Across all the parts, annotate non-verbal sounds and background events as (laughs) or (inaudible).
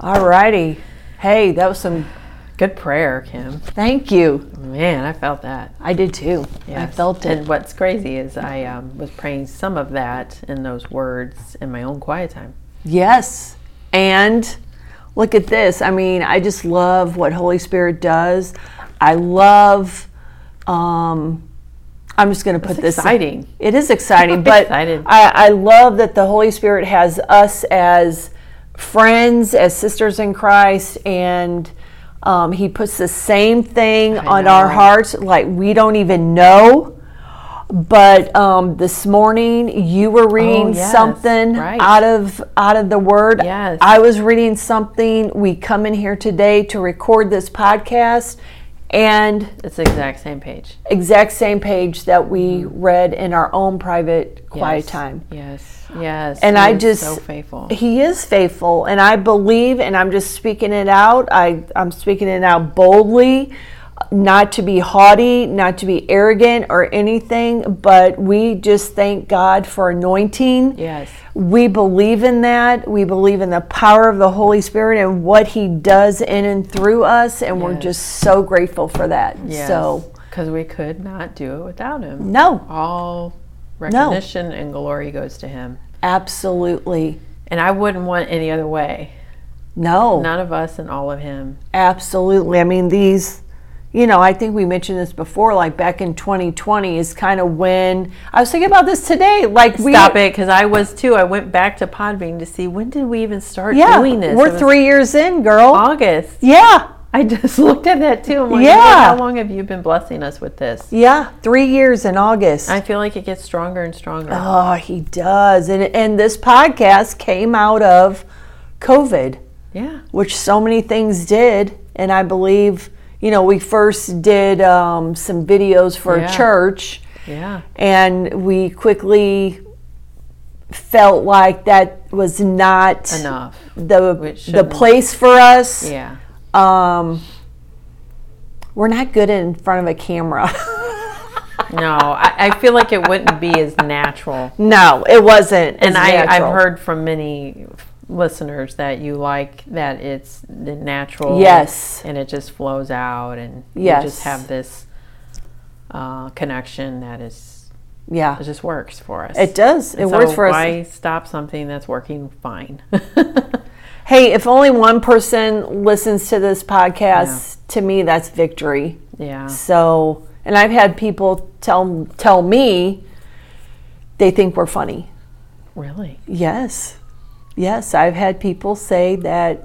All righty. Hey, that was some good prayer, Kim. Thank you. Man, I felt that. I did too. I Yes. felt it. And what's crazy is I um, was praying some of that in those words in my own quiet time. Yes. And look at this. I mean, I just love what Holy Spirit does. I love um I'm just going to put this exciting. It is exciting, (laughs) I'm but excited. I, I love that the Holy Spirit has us as friends, as sisters in Christ, and um, He puts the same thing on our know. hearts, like we don't even know. But um, this morning you were reading Oh, yes, something right. out of out of the Word. Yes. I was reading something. We come in here today to record this podcast, and It's the exact same page. exact same page that we read in our own private quiet Mm-hmm. Yes. time. Yes. Yes. And He I is just so faithful. He is faithful, and I believe, and I'm just speaking it out. I I'm speaking it out boldly, not to be haughty, not to be arrogant or anything. But we just thank God for anointing. Yes. we believe in that. We believe in the power of the Holy Spirit and what He does in and through us, and we're Yes. just so grateful for that. So because we could not do it without him. no, All recognition and glory goes to him. absolutely And I wouldn't want any other way. no. None of us and all of him. Absolutely. I mean, these, you know, I think we mentioned this before, like back in 2020 is kind of when I was thinking about this today. Like, we, Stop it, because I was too. I went back to Podbean to see when did we even start Yeah. doing this. It We're was three years in, girl. August. yeah. I just (laughs) looked at that too. I'm like, Yeah. "Lord, how long have you been blessing us with this? Yeah. Three years in August. I feel like it gets stronger and stronger. oh, he does. And, and this podcast came out of COVID. yeah. which so many things did. And I believe, you know, we first did um, some videos for Yeah. a church. Yeah. And we quickly felt like that was not Enough. the It the shouldn't. place for us. Yeah. Um, we're not good in front of a camera. (laughs) No, I, I feel like it wouldn't be as natural. no, it wasn't. as and I, I've natural. heard from many listeners that you like that it's the natural Yes. and it just flows out and you just Yes. have this uh, connection that is Yeah, it just works for us it does. It And works so for us. why stop something that's working fine (laughs) Hey, if only one person listens to this podcast, to me that's victory. yeah So, and I've had people tell tell me they think we're funny. really Yes. Yes, I've had people say that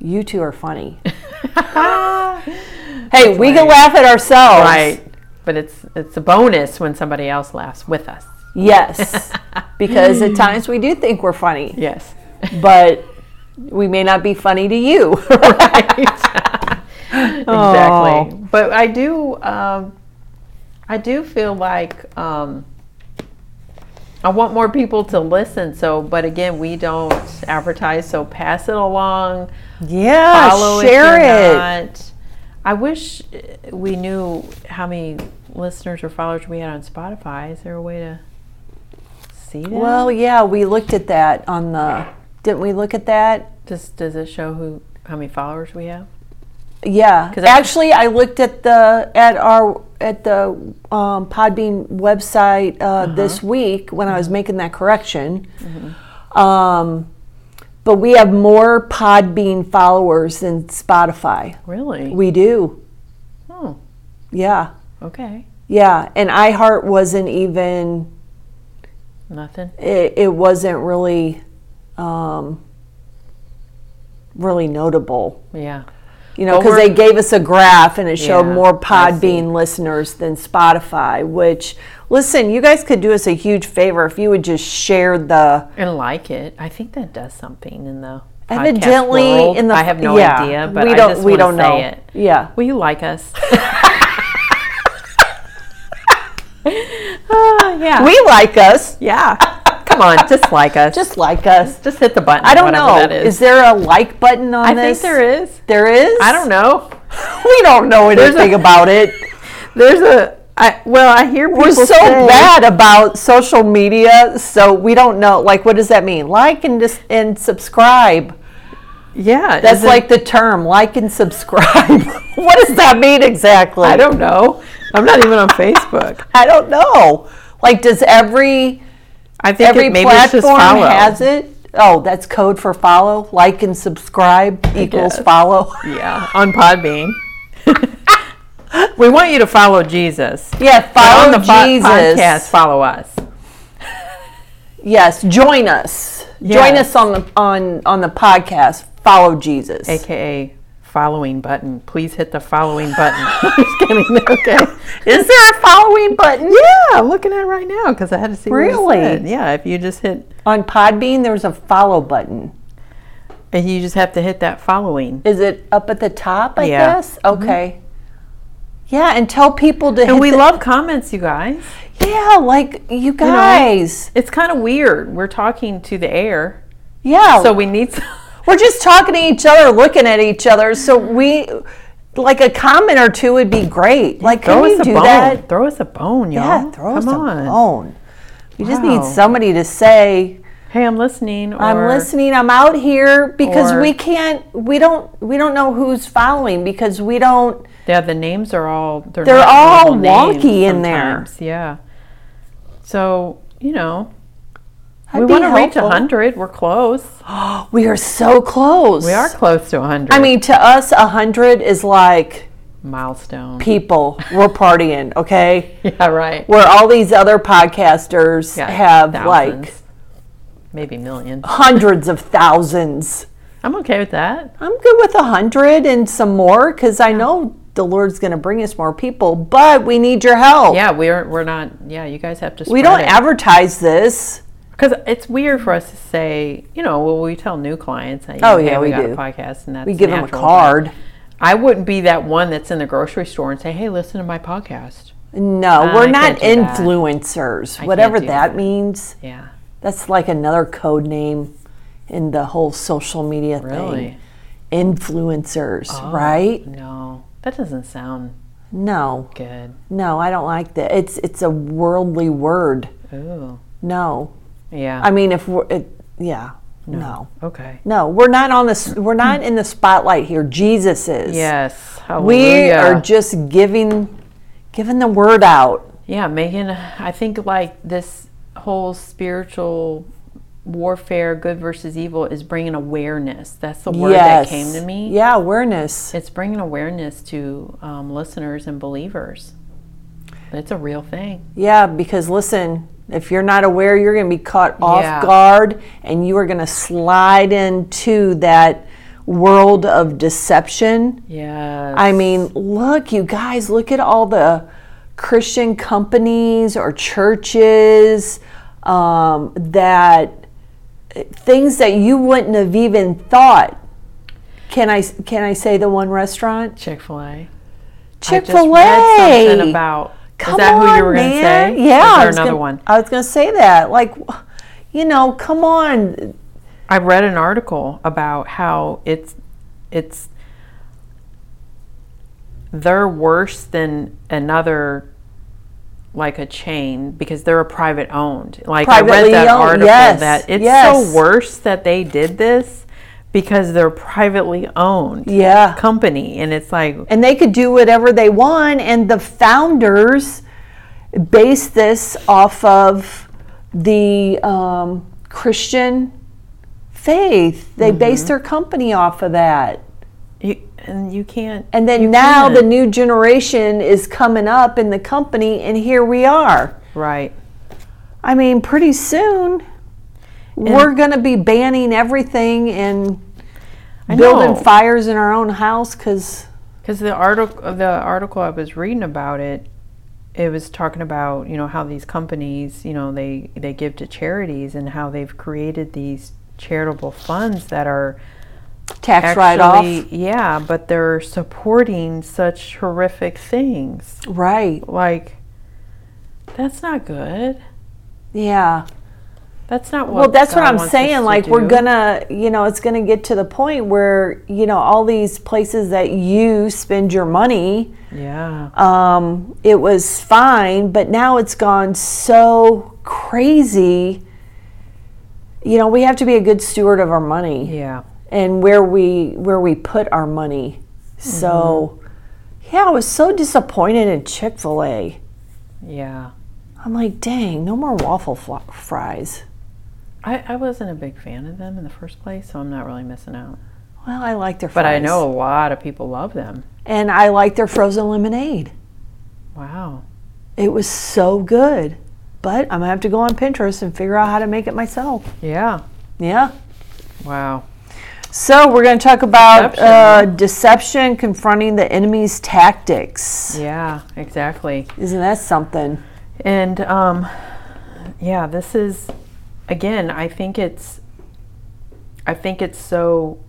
you two are funny. (laughs) hey, we can laugh at ourselves. right but it's it's a bonus when somebody else laughs with us (laughs) Yes. because at times we do think we're funny, yes but we may not be funny to you. (laughs) exactly. Oh. But I do, um, I do feel like um, I want more people to listen. So, but again, we don't advertise. So pass it along. yeah, Follow share if you're it. Not. I wish uh, we knew how many listeners or followers we had on Spotify. Is there a way to see that? Well, yeah, we looked at that on the didn't we look at that does does it show who how many followers we have? Yeah, 'Cause I- actually, I looked at the at our at the um, Podbean website uh, Uh-huh. this week when I Mm-hmm. was making that correction. Um, but we have more Podbean followers than Spotify. Really? We do, oh, yeah, okay. yeah. And iHeart wasn't even Nothing. it, it wasn't really um, really notable. Yeah. You know, Well, because we're- they gave us a graph and it showed Yeah, more I see. Podbean listeners than Spotify, which, listen, you guys could do us a huge favor if you would just share the. and like it. I think that does something in the podcast Evidently, world. in the I have no yeah, idea, but we I don't just we wanna don't say know. it. Yeah, Will you like (laughs) us? Ah, yeah. we like us, (laughs) yeah. Come on, just like us. just like us. just hit the button. I don't whatever know. That is. Is there a like button on I think this? there is. There is. I don't know. (laughs) We don't know There's anything a- about it. There's a. I well, I hear people We're so say- bad about social media, so we don't know. Like, what does that mean? Like and dis- and subscribe. Yeah, That's isn't- like the term, like and subscribe. (laughs) what does that mean exactly? I don't know. I'm not even on Facebook. I don't know. Like, does every I think every it, maybe it's just platform follow. has it? Oh, that's code for follow. Like and subscribe equals guess. follow. Yeah, on (laughs) Podbean. we want you to follow Jesus. Yeah, But follow on the fo- Jesus. podcast, follow us. Yes, join us. Join Yes. us on the on on the podcast. Follow Jesus. AKA following button. Please hit the following (laughs) (laughs) button. I'm just kidding. (laughs) Okay. Is there a following button? Yeah, I'm looking at it right now because I had to see what it Really? said. Yeah, if you just hit, On Podbean, there's a follow button. and you just have to hit that following. Is it up at the top? I Yeah. Mm-hmm. guess. Okay. Yeah, and tell people to. hit And we (laughs) the- love comments, you guys. Yeah, like you guys. It's kind of weird. We're talking to the air, yeah. so we need. Some- We're just talking to each other, looking at each other. So we, like a comment or two would be great. Like, can Throw you us a do bone. that? Throw us a bone, y'all. Yeah, throw Come us on. a bone. You just need Wow. somebody to say, Hey, I'm listening. Or, I'm listening. I'm out here because or- we can't. We don't. We don't know who's following because we don't. Yeah, the names are all they're, They're not all normal names wonky in there. sometimes, Yeah. So you know, That'd we be want to reach helpful. hundred. We're close. We are so close. We are close to hundred. I mean, to us, a hundred is like (laughs) milestone. people. We're partying. Okay, Yeah, right. where all these other podcasters Yeah, have like thousands, maybe millions. hundreds of thousands. I'm okay with that. I'm good with a hundred and some more because I know the Lord's going to bring us more people, but we need your help. Yeah, we're we're not. Yeah, you guys have to. We don't advertise this. because it's weird for us to say. You know, well, we tell new clients. that, you Oh, know, yeah, hey, we, we got do. a podcast, and that's We give them a natural, but card. I wouldn't be that one that's in the grocery store and say, "Hey, listen to my podcast." No, Uh, we're I not can't do that. influencers. Whatever do that, that. means, Yeah, that's like another code name in the whole social media really. Oh. thing. Influencers, right? No, that doesn't sound No, good. no, I don't like that. It's it's a worldly word. Ooh, No, yeah. I mean if we're it, yeah, no. no, okay. we're not on this. We're not in the spotlight here. Jesus is. Yes, we hallelujah. are just giving giving the word out. Yeah, Megan, I think like this whole spiritual warfare, good versus evil, is bringing awareness. That's the word that came to me. Yeah, awareness. It's bringing awareness to um, listeners and believers. It's a real thing. Yeah, because listen, if you're not aware, you're going to be caught Yeah. off guard and you are going to slide into that world of deception. Yes. I mean, look, you guys, look at all the Christian companies or churches um, that things that you wouldn't have even thought. Can I can I say the one restaurant? Chick Fil A. Chick Just Fil read A. something about. Come is that on, who you were going to man. say? Yeah, Is I there was another gonna- one? I was going to say that. Like, you know, come on. I read an article about how it's it's they're worse than another like a chain because they're a private owned. Like I Privately read that owned, article yes, that it's yes. so worse that they did this because they're privately owned Yeah. company and it's like And they could do whatever they want. And the founders base this off of the um, Christian faith. Mm-hmm. They base their company off of that. you, and you can't And then you now the can't. new generation is coming up in the company, and here we are. right I mean, pretty soon we're going to be banning everything and building know. fires in our own house because Because the article, the article I was reading about it, it was talking about you know how these companies, you know, they they give to charities and how they've created these charitable funds that are tax write off. actually- Yeah, but they're supporting such horrific things. Right. Like, that's not good. Yeah. That's not what. well that's what God i'm wants us saying to like we're do. gonna you know it's gonna get to the point where you know all these places that you spend your money Yeah. um, it was fine but now it's gone so crazy you know we have to be a good steward of our money yeah. and where we where we put our money Mm-hmm. so yeah i was so disappointed in chick-fil-a Yeah. i'm like dang no more waffle fl- fries I, I wasn't a big fan of them in the first place, so I'm not really missing out. well i like their fries But I know a lot of people love them. and I liked their frozen lemonade. Wow. It was so good. But I'm gonna have to go on Pinterest and figure out how to make it myself. Yeah. Yeah. Wow. So we're gonna talk about Deception, uh, huh? deception, confronting the enemy's tactics. Yeah. Exactly. Isn't that something? And um, yeah, this is again. I think it's. I think it's so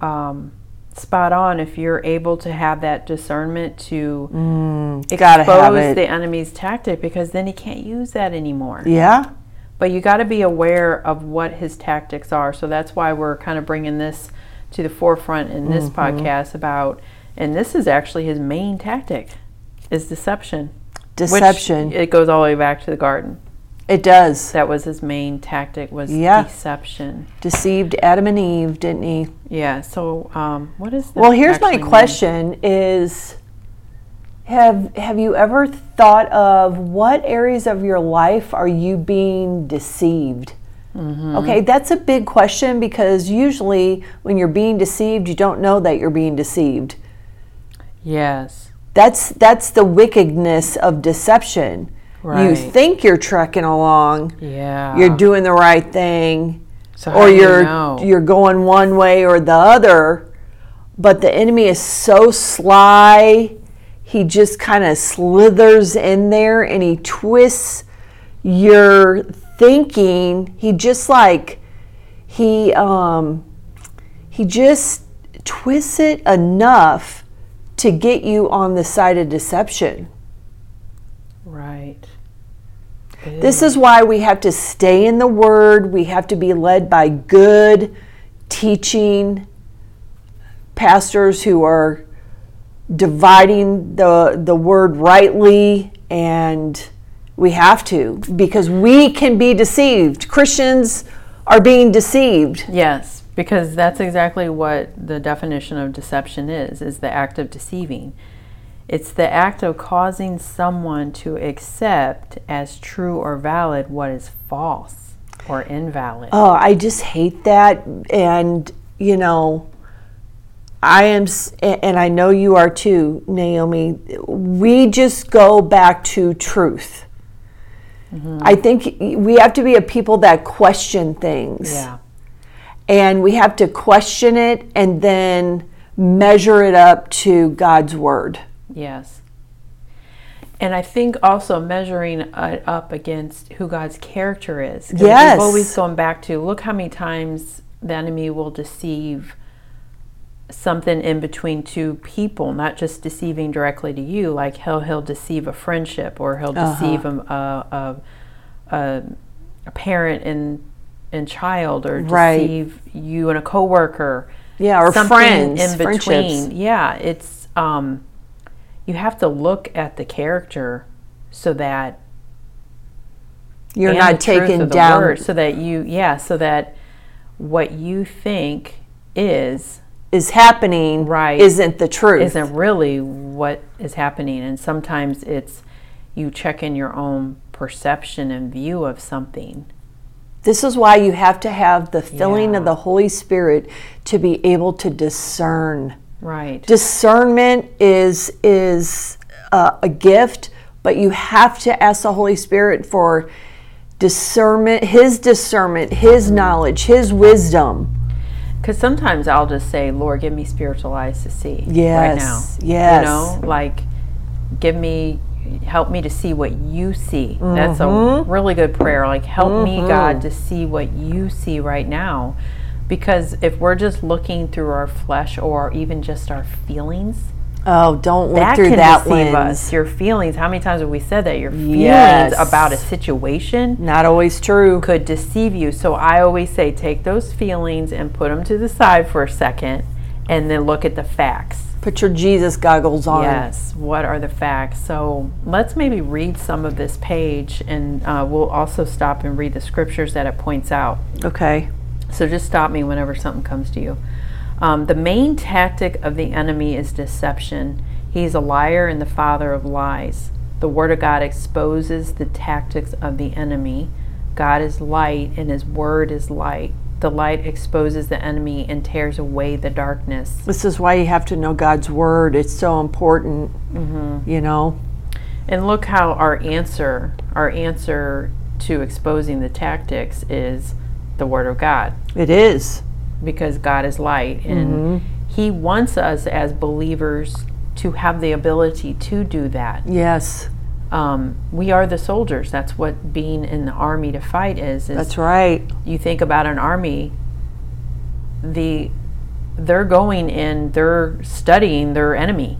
um, spot on if you're able to have that discernment to gotta Mm. have expose it. the enemy's tactic because then he can't use that anymore. Yeah. But you got to be aware of what his tactics are. So that's why we're kind of bringing this to the forefront in this Mm-hmm. podcast about. And this is actually his main tactic, is deception. Which Deception. it goes all the way back to the garden. it does. That was his main tactic was Yeah. deception. Deceived Adam and Eve, didn't he? Yeah. So um, what is? That Well, here's my actually mean? question: Is have have you ever thought of what areas of your life are you being deceived? Mm-hmm. Okay, that's a big question because usually when you're being deceived, you don't know that you're being deceived. Yes. That's that's the wickedness of deception. You Right. think you're trekking along, Yeah. you're doing the right thing, so how or do you you're know? you're going one way or the other but the enemy is so sly he just kind of slithers in there and he twists your thinking he just like he um he just twists it enough to get you on the side of deception right. This is why we have to stay in the Word. We have to be led by good teaching pastors who are dividing the, the Word rightly. And we have to because we can be deceived. Christians are being deceived. Yes, because that's exactly what the definition of deception is, is the act of deceiving. It's the act of causing someone to accept as true or valid what is false or invalid. Oh, I just hate that. And, you know, I am, s- a- and I know you are too, Naomi. We just go back to truth. Mm-hmm. I think we have to be a people that question things. yeah. And we have to question it and then measure it up to God's word. Yes. And I think also measuring it up against who God's character is. 'Cause Yes. We've always gone back to look how many times the enemy will deceive something in between two people, not just deceiving directly to you. Like he'll, he'll deceive a friendship or he'll Uh-huh. deceive a, a, a, a, a parent and, and child or Right. deceive you and a coworker. Yeah, or Something friends, in between. friendships. Yeah, it's um, you have to look at the character so that You're and the not truth taken of the down. word, so that you yeah, so that what you think is Is happening Right. isn't the truth. isn't really what is happening, and sometimes it's you check in your own perception and view of something. This is why you have to have the filling of Yeah. the Holy Spirit to be able to discern. Right. Discernment is is uh, a gift, but you have to ask the Holy Spirit for discernment, His discernment, His knowledge, His wisdom. Because sometimes I'll just say, Lord, give me spiritual eyes to see right now. Yes, yes. You know, like, give me, help me to see what you see. Mm-hmm. That's a really good prayer. Like, help me, God, to see what you see right now. Because if we're just looking through our flesh or even just our feelings, Oh, don't look that through can that deceive lens. us. Your feelings. How many times have we said that? Your feelings Yes. about a situation Not always true. could deceive you. So I always say take those feelings and put them to the side for a second and then look at the facts. Put your Jesus goggles on. Yes, what are the facts? So let's maybe read some of this page and uh, we'll also stop and read the scriptures that it points out. Okay. So just stop me whenever something comes to you. Um, the main tactic of the enemy is deception. He's a liar and the father of lies. The Word of God exposes the tactics of the enemy. God is light and His Word is light. The light exposes the enemy and tears away the darkness. This is why you have to know God's word. It's so important. You know? And look how our answer, our answer to exposing the tactics is the Word of God. It is. because God is light Mm-hmm. and he wants us as believers to have the ability to do that. Yes. Um, we are the soldiers. That's what being in the army to fight is. is That's right. You think about an army, the they're going and they're studying their enemy.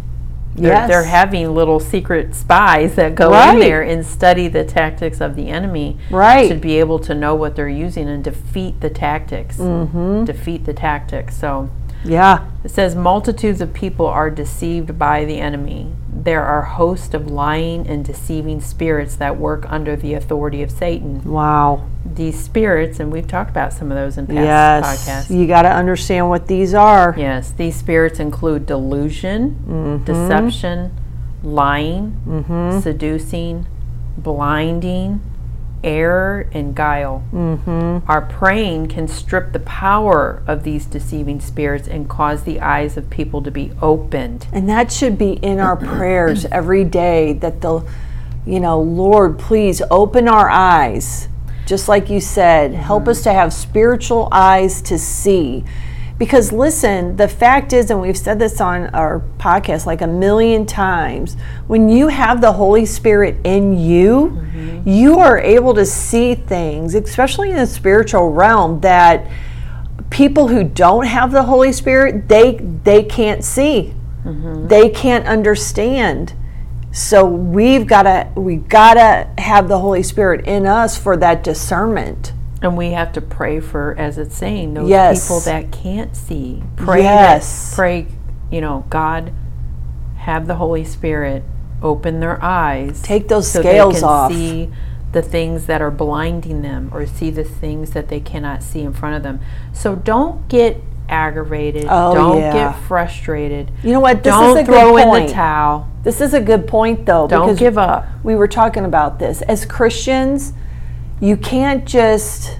They're, yes. they're having little secret spies that go Right. in there and study the tactics of the enemy Right. to be able to know what they're using and defeat the tactics. Mm-hmm. Defeat the tactics. So yeah. it says, Multitudes of people are deceived by the enemy. There are hosts of lying and deceiving spirits that work under the authority of Satan. Wow. These spirits, and we've talked about some of those in past Yes. podcasts. You got to understand what these are. Yes, these spirits include delusion, deception, lying, seducing, blinding, error, and guile. Our praying can strip the power of these deceiving spirits and cause the eyes of people to be opened. And that should be in our prayers every day that the, you know, Lord, please open our eyes. Just like you said, help us to have spiritual eyes to see. Because listen, the fact is, and we've said this on our podcast like a million times, when you have the Holy Spirit in you, you are able to see things, especially in the spiritual realm, that people who don't have the Holy Spirit, they they can't see. They can't understand. So we've got to we've got to have the Holy Spirit in us for that discernment. And we have to pray for, as it's saying, those Yes. people that can't see. Pray, that- Yes. pray, you know, God, have the Holy Spirit open their eyes. Take those so scales they can off. see the things that are blinding them or see the things that they cannot see in front of them. So don't get aggravated. Oh, don't yeah. get frustrated. You know what? This don't is a throw good in point. the towel. This is a good point though Don't because give up. we were talking about this. As Christians, you can't just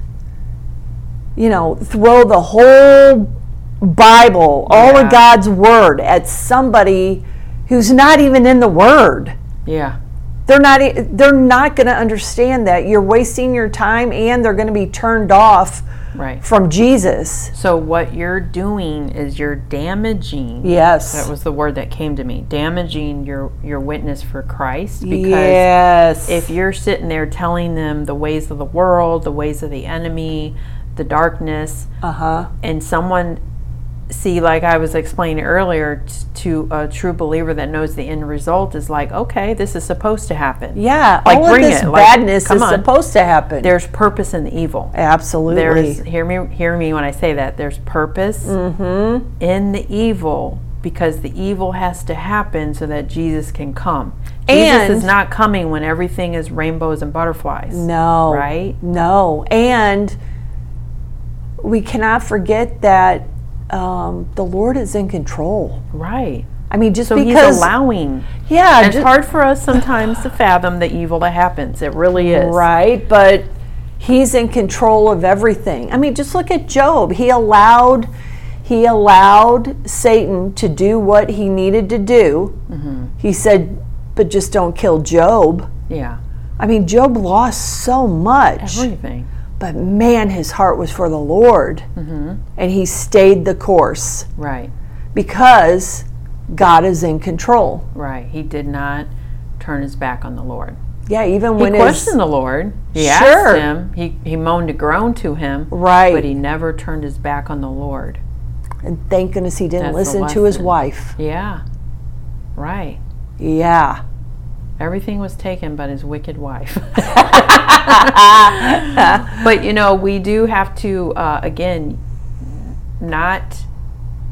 you know, throw the whole Bible, all Yeah. of God's word at somebody who's not even in the word. Yeah. they're not e, they're not going to understand that you're wasting your time and they're going to be turned off Right. from Jesus. So what you're doing is you're damaging. Yes. That was the word that came to me. Damaging your your witness for Christ because yes. if you're sitting there telling them the ways of the world, the ways of the enemy, the darkness, uh-huh. and someone see like I was explaining earlier t- to a true believer that knows the end result is like, okay, this is supposed to happen. Yeah, Like, all of bring this it, like, badness come is on. supposed to happen. There's purpose in the evil. Absolutely. There's hear me hear me when I say that. There's purpose Mm-hmm. in the evil because the evil has to happen so that Jesus can come. Jesus And- is not coming when everything is rainbows and butterflies. no. Right? No. And we cannot forget that um, the Lord is in control. Right. I mean, just So because he's allowing. yeah, It's ju- hard for us sometimes to fathom the evil that happens. It really is. Right, but he's in control of everything. I mean, just look at Job. He allowed he allowed Satan to do what he needed to do. Mm-hmm. He said, "But just don't kill Job." Yeah. I mean, Job lost so much, Everything. but man, his heart was for the Lord, Mm-hmm. and he stayed the course Right. because God is in control. Right. He did not turn his back on the Lord. Yeah, even when he it's questioned the Lord. He Sure. asked him. He he moaned and groaned to him. Right. But he never turned his back on the Lord. and thank goodness he didn't That's the listen to his lesson. wife. Yeah. Right. Yeah. Everything was taken but his wicked wife. (laughs) but you know, we do have to uh, again not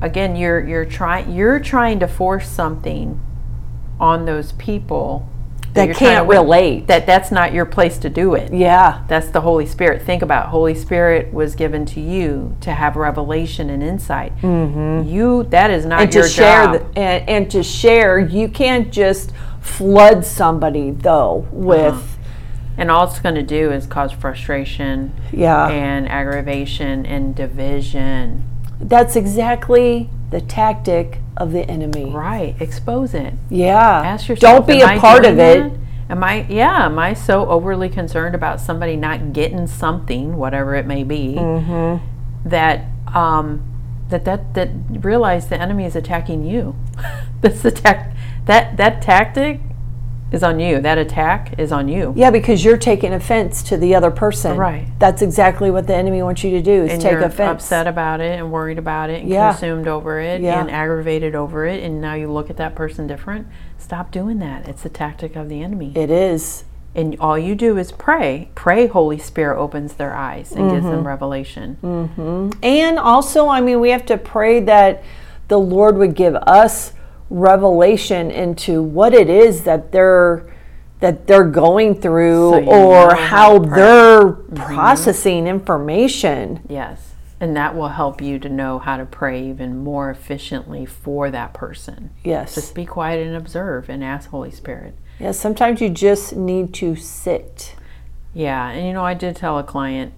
again you're you're trying you're trying to force something on those people That you're trying to can't win- relate. That that's not your place to do it. Yeah. That's the Holy Spirit. Think about it. Holy Spirit was given to you to have revelation and insight. Mm-hmm. You that is not And your to share job. the, and, and to share, you can't just flood somebody though with Uh-huh. and all it's going to do is cause frustration yeah. and aggravation and division. That's exactly the tactic of the enemy. Right. Expose it. Yeah. Ask yourself. Don't be am a I part doing of it. that? Am I? Yeah. Am I so overly concerned about somebody not getting something, whatever it may be, that um, that that that realize the enemy is attacking you. (laughs) That's the tac- That that tactic is on you. That attack is on you. Yeah, because you're taking offense to the other person. Right. That's exactly what the enemy wants you to do is and take you're offense. upset about it and worried about it and Yeah. consumed over it Yeah. and aggravated over it and now you look at that person different stop doing that it's a tactic of the enemy It is. and all you do is pray pray holy spirit opens their eyes and gives Mm-hmm. them revelation Mm. And also, I mean, we have to pray that the Lord would give us revelation into what it is that they're that they're going through So you know or how how to pray. Mm-hmm. they're processing information. yes and that will help you to know how to pray even more efficiently for that person Yes. just be quiet and observe and ask holy spirit yeah, sometimes you just need to sit. Yeah, and you know, I did tell a client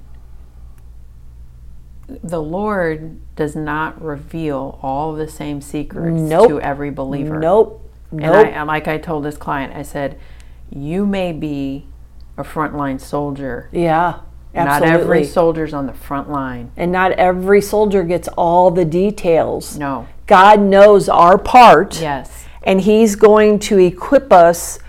the Lord does not reveal all the same secrets Nope. to every believer. Nope. And Nope. I, and like I told this client, I said, You may be a frontline soldier. yeah. Absolutely. Not every soldier's on the front line. and not every soldier gets all the details. No. God knows our part. Yes. and he's going to equip us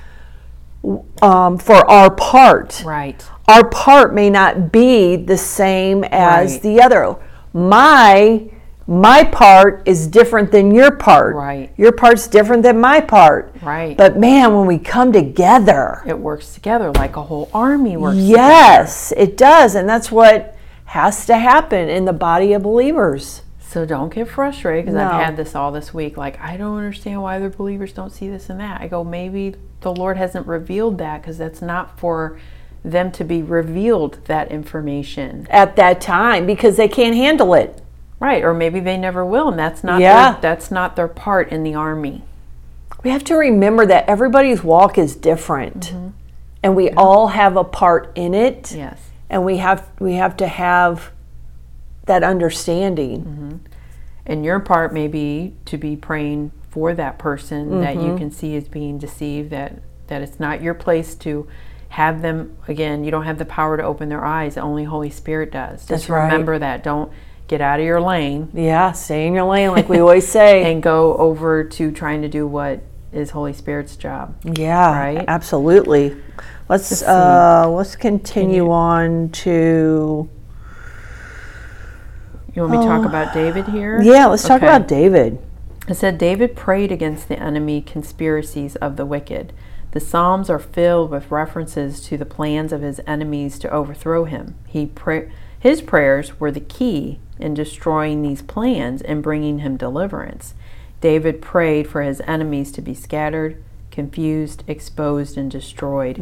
um, for our part. Right. Our part may not be the same as Right. the other. My my part is different than your part. Right. Your part's different than my part. Right. But man, when we come together, It works together like a whole army works yes, it does, and that's what has to happen in the body of believers. So don't get frustrated because No. I've had this all this week. Like, I don't understand why the believers don't see this and that. I go, maybe the Lord hasn't revealed that because that's not for them to be revealed that information. At that time, because they can't handle it. Right. Or maybe they never will and that's not Yeah. their, that's not their part in the army. We have to remember that everybody's walk is different. Mm-hmm. And we all have a part in it. Yes. And we have we have to have that understanding. Mm-hmm. And your part may be to be praying for that person that Mm-hmm. you can see is being deceived, that, that it's not your place to have them again, you don't have the power to open their eyes. Only Holy Spirit does. Just That's right. remember that. Don't get out of your lane Yeah, stay in your lane like we (laughs) always say. and go over to trying to do what is Holy Spirit's job. yeah. Right. Absolutely. Let's uh, let's continue on to You want me to talk about David here? Oh. Yeah, let's talk Okay. about David. It said David prayed against the enemy conspiracies of the wicked. The Psalms are filled with references to the plans of his enemies to overthrow him. He pray- his prayers were the key in destroying these plans and bringing him deliverance. David prayed for his enemies to be scattered, confused, exposed, and destroyed.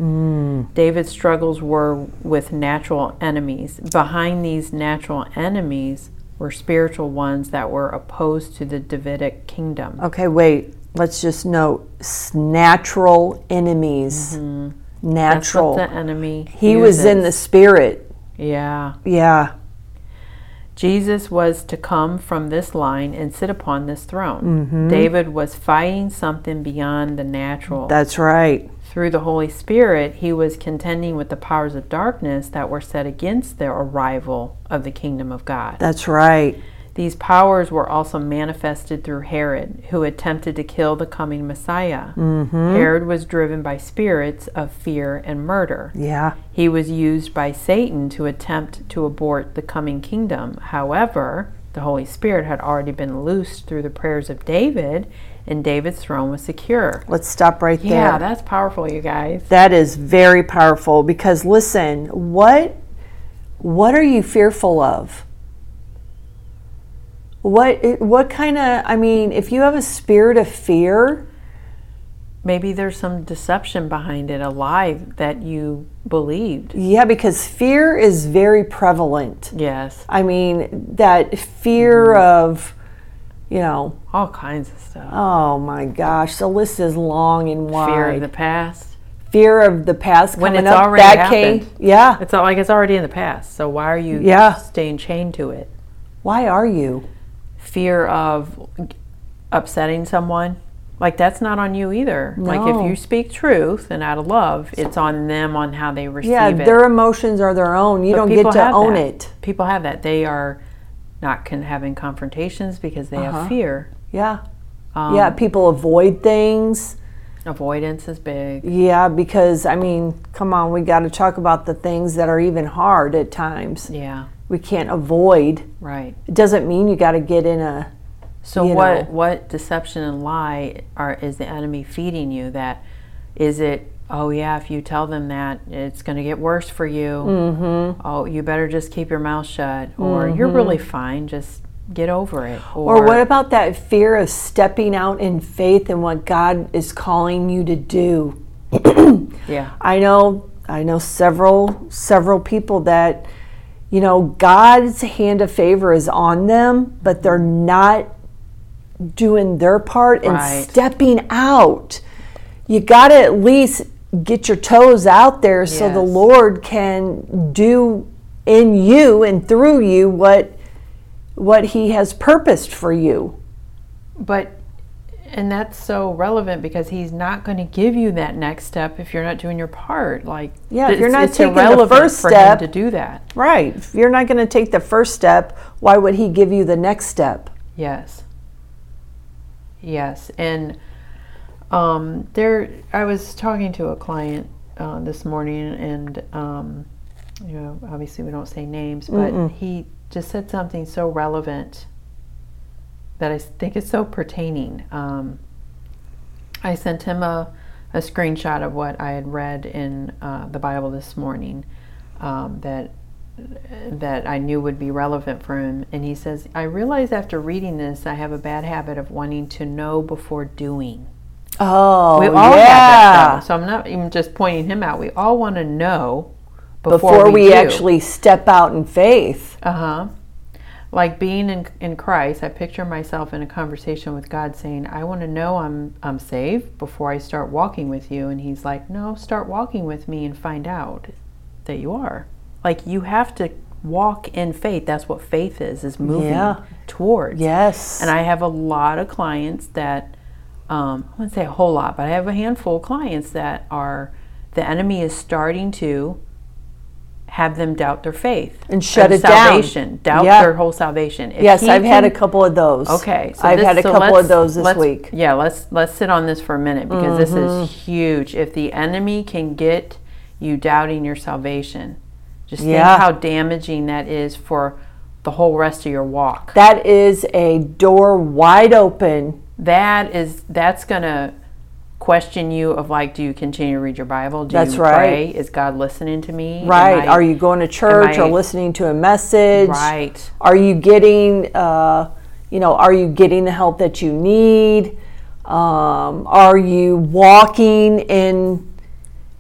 David's struggles were with natural enemies. Behind these natural enemies were spiritual ones that were opposed to the Davidic kingdom. Okay, wait. Let's just note s- natural enemies. Mm-hmm. That's Natural. what the enemy. he was in the uses. spirit. Yeah. Yeah. Jesus was to come from this line and sit upon this throne. Mm-hmm. David was fighting something beyond the natural. That's right. Through the Holy Spirit, he was contending with the powers of darkness that were set against the arrival of the kingdom of God. That's right. These powers were also manifested through Herod, who attempted to kill the coming Messiah. Herod was driven by spirits of fear and murder. Yeah. He was used by Satan to attempt to abort the coming kingdom. However, the Holy Spirit had already been loosed through the prayers of David, and David's throne was secure. Let's stop right there. Yeah, that's powerful, you guys. That is very powerful because listen, what what are you fearful of? What what kind of I mean, if you have a spirit of fear, Maybe there's some deception behind it, a lie that you believed. yeah, because fear is very prevalent. Yes, I mean, that fear Mm-hmm. of you know, all kinds of stuff. oh my gosh, the list is long and wide. Fear of the past. Fear of the past When coming it's up. already that happened. came, yeah. It's all, like it's already in the past. So why are you Yeah. staying chained to it? Why are you? fear of upsetting someone like that's not on you either like No. if you speak truth and out of love it's on them on how they receive Yeah, it their emotions are their own. You But don't get people to have own that. it. people have that they are not con- having confrontations because they have fear Yeah. um, Uh-huh. yeah, people avoid things. avoidance is big Yeah, because I mean, come on, we got to talk about the things that are even hard at times. yeah We can't avoid. right It doesn't mean you got to get in a so You what know. what deception and lie are is the enemy feeding you that is it oh yeah if you tell them that it's going to get worse for you oh you better just keep your mouth shut or you're really fine just get over it Mm-hmm. or, Or what about that fear of stepping out in faith and what God is calling you to do? yeah I know I know several several people that you know God's hand of favor is on them, but they're not doing their part and Right. stepping out. You got to at least get your toes out there so the Yes. Lord can do in you and through you what what he has purposed for you. but and that's so relevant because he's not going to give you that next step if you're not doing your part like Yeah, if it's- you're not it's taking the irrelevant first for step- him to do that Right. If you're not going to take the first step, why would he give you the next step? Yes. Yes, and um, there, I was talking to a client uh, this morning, and um, you know, obviously we don't say names, but he just said something so relevant that I s- think is so pertaining. Um, I sent him a, a screenshot of what I had read in uh, the Bible this morning um, that that I knew would be relevant for him. And he says, I realize after reading this, I have a bad habit of wanting to know before doing. Oh, We all yeah. have that problem. So I'm not even just pointing him out. We all want to know before, before we, do. actually step out in faith. Uh huh. Like being in, in Christ, I picture myself in a conversation with God saying, I want to know I'm, I'm saved before I start walking with you. And He's like, No, start walking with me and find out that you are. Like you have to walk in faith. That's what faith is, is moving Yeah. towards. Yes. And I have a lot of clients that, um, I wouldn't say a whole lot, but I have a handful of clients that are, the enemy is starting to have them doubt their faith And shut their it down. salvation, Doubt Yeah. their whole salvation. If yes, he I've had a can- couple of those. Okay, so I've this- had a so couple of let's- those this let's- week. Mm-hmm. Yeah, let's let's sit on this for a minute because this is huge. If the enemy can get you doubting your salvation, just Yeah. think how damaging that is for the whole rest of your walk. That is a door wide open. that is that's gonna question you of like, do you continue to read your Bible? Do That's you right. pray? Is God listening to me? Am Right. I- Are you going to church I- or listening to a message? right? Are you getting, uh, you know, are you getting the help that you need? Um, are you walking in?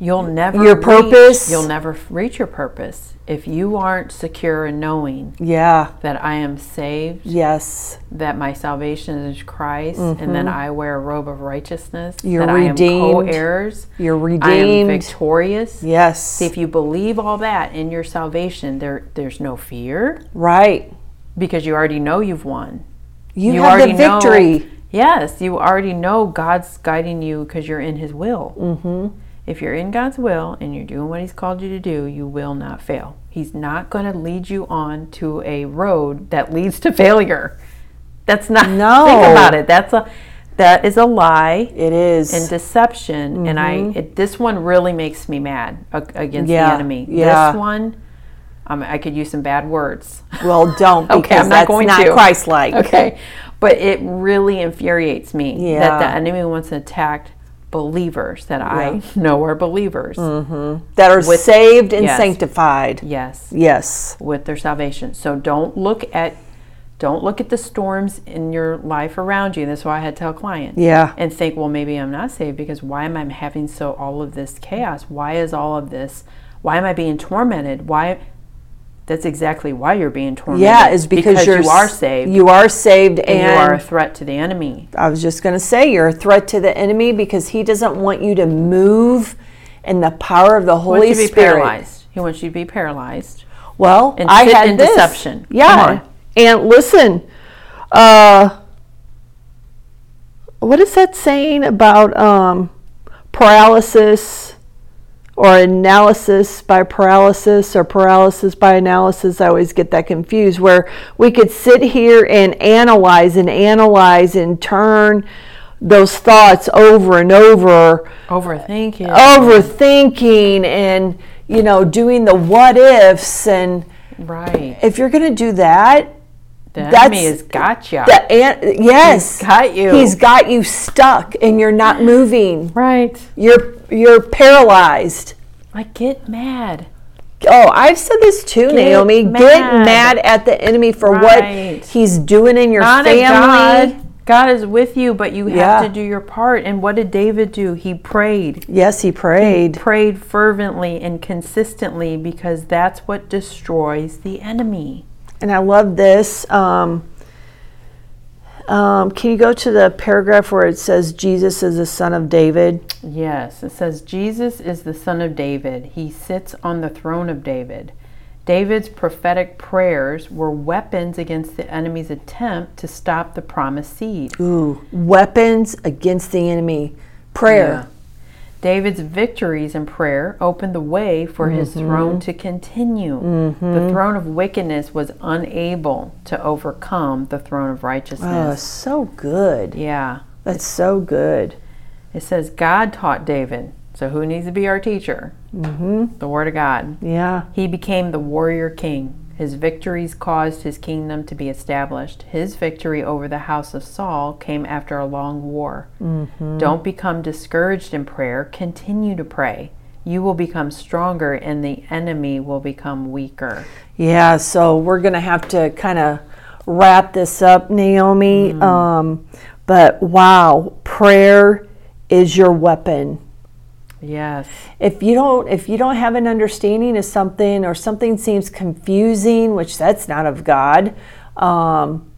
You'll never Your reach- purpose? You'll never f- reach your purpose if you aren't secure in knowing Yeah. that I am saved, Yes. that my salvation is Christ, and then I wear a robe of righteousness. Mm-hmm. You're that I am redeemed. co-heirs. You're I am redeemed. victorious. Yes. If you believe all that in your salvation, there there's no fear right. because you already know you've won. You, have the victory. Know, yes, you already know God's guiding you because you're in His will. Mm-hmm. If you're in God's will and you're doing what He's called you to do, you will not fail. He's not going to lead you on to a road that leads to failure. That's not (laughs) No. think about it. That's a that is a lie It is. and deception. And I it, this one really makes me mad ag- against Mm-hmm. Yeah, the enemy. yeah. This one, um, I could use some bad words. (laughs) well, don't because Okay, I'm not that's going not to. Christ-like. okay, but it really infuriates me that Yeah. the enemy wants to attack believers that I (laughs) know are believers. Mm. That are saved and yes. sanctified. Yes. Yes. with their salvation. So don't look at don't look at the storms in your life around you. That's why I had to tell clients. Yeah. And think, well, maybe I'm not saved because why am I having so all of this chaos? Why is all of this? Why am I being tormented? Why? That's exactly why you're being tormented. Yeah, is because, you're you are saved. You are saved, and, and you are a threat to the enemy. I was just going to say you're a threat to the enemy because he doesn't want you to move in the power of the He Holy wants you to be Spirit. paralyzed. He wants you to be paralyzed. Well, And I sit had in this. deception. Come Yeah. on. And listen, uh, what is that saying about um, paralysis or analysis by paralysis or paralysis by analysis? I always get that confused. Where we could sit here and analyze and analyze and turn those thoughts over and over Overthinking. overthinking and you know doing the what ifs and right. if you're going to do that The that's- enemy has got you. the an- yes He's got you. he's got you stuck and you're not moving right. you're you're paralyzed I get mad. oh i've said this too naomi get mad. mad at the enemy for Right. what he's doing in your not family at God. God is with you, but you Yeah. have to do your part. And what did David do? He prayed. yes he prayed Prayed fervently and consistently because that's what destroys the enemy. and i love this um, um, can you go to the paragraph where it says jesus is the son of david Yes, it says Jesus is the son of David. He sits on the throne of David. David's prophetic prayers were weapons against the enemy's attempt to stop the promised seed. Ooh, weapons against the enemy. Prayer. David's victories in prayer opened the way for his throne to continue. The throne of wickedness was unable to overcome the throne of Oh, righteousness. so good. Yeah. That's so good. It says God taught David. So who needs to be our teacher? Mm-hmm. The Word of God. Yeah. He became the warrior king. His victories caused his kingdom to be established. His victory over the house of Saul came after a long war. Mm-hmm. Don't become discouraged in prayer. Continue to pray. You will become stronger and the enemy will become weaker. Yeah. So we're going to have to kind of wrap this up, Naomi. Mm-hmm. Um, but wow, prayer is your weapon. Yes. If you don't if you don't have an understanding of something or something seems confusing, which that's not of God, um,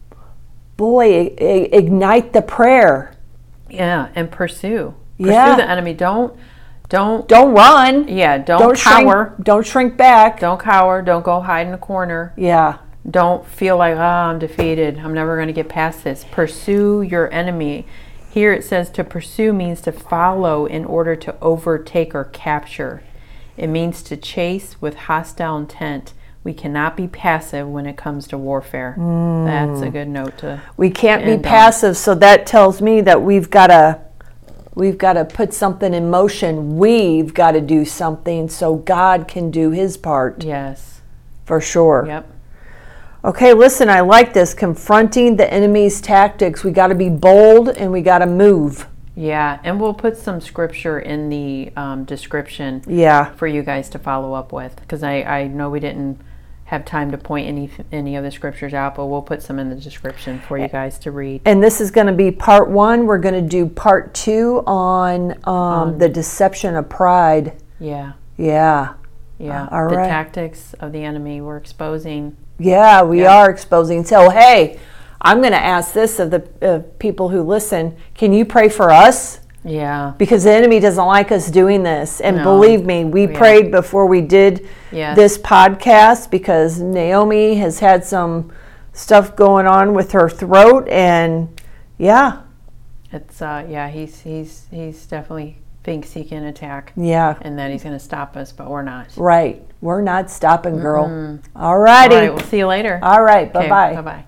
boy, i- i- ignite the prayer. Yeah, and pursue. Pursue Yeah. the enemy. Don't don't, Don't run. yeah, don't, don't cower. shrink, don't shrink back. Don't cower. Don't go hide in a corner. Yeah, don't feel like oh i'm defeated i'm never going to get past this pursue your enemy here it says to pursue means to follow in order to overtake or capture it means to chase with hostile intent we cannot be passive when it comes to warfare that's a good note to we can't be And, uh, passive. So that tells me that we've got to we've got to put something in motion. We've got to do something so God can do His part yes for sure. yep Okay, listen, I like this confronting the enemy's tactics. We got to be bold and we got to move. yeah and we'll put some scripture in the um, description Yeah, for you guys to follow up with because I, I know we didn't have time to point any any of the scriptures out, but we'll put some in the description for you guys to read. and this is going to be part one. We're going to do part two on um, the deception of pride. Yeah, Yeah. yeah. all Uh, the right. tactics of the enemy we're exposing. Yeah, we are exposing. So, hey, I'm going to ask this of the uh, people who listen can you pray for us? Yeah, Because the enemy doesn't like us doing this. And No. believe me, we prayed before we did Yes. this podcast because Naomi has had some stuff going on with her throat. And yeah, it's uh, yeah. He's he's he's definitely thinks he can attack Yeah. and that he's going to stop us, but we're not. All Right. We're not stopping, girl. All right, righty. we'll see you later. All right. Bye bye. Bye bye.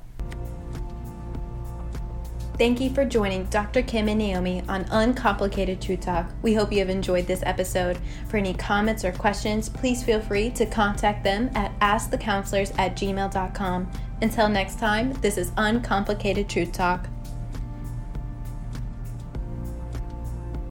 Thank you for joining Dr. Kim and Naomi on Uncomplicated True Talk. We hope you have enjoyed this episode. For any comments or questions, please feel free to contact them at askthecounselors at gmail.com. Until next time, this is Uncomplicated Truth Talk.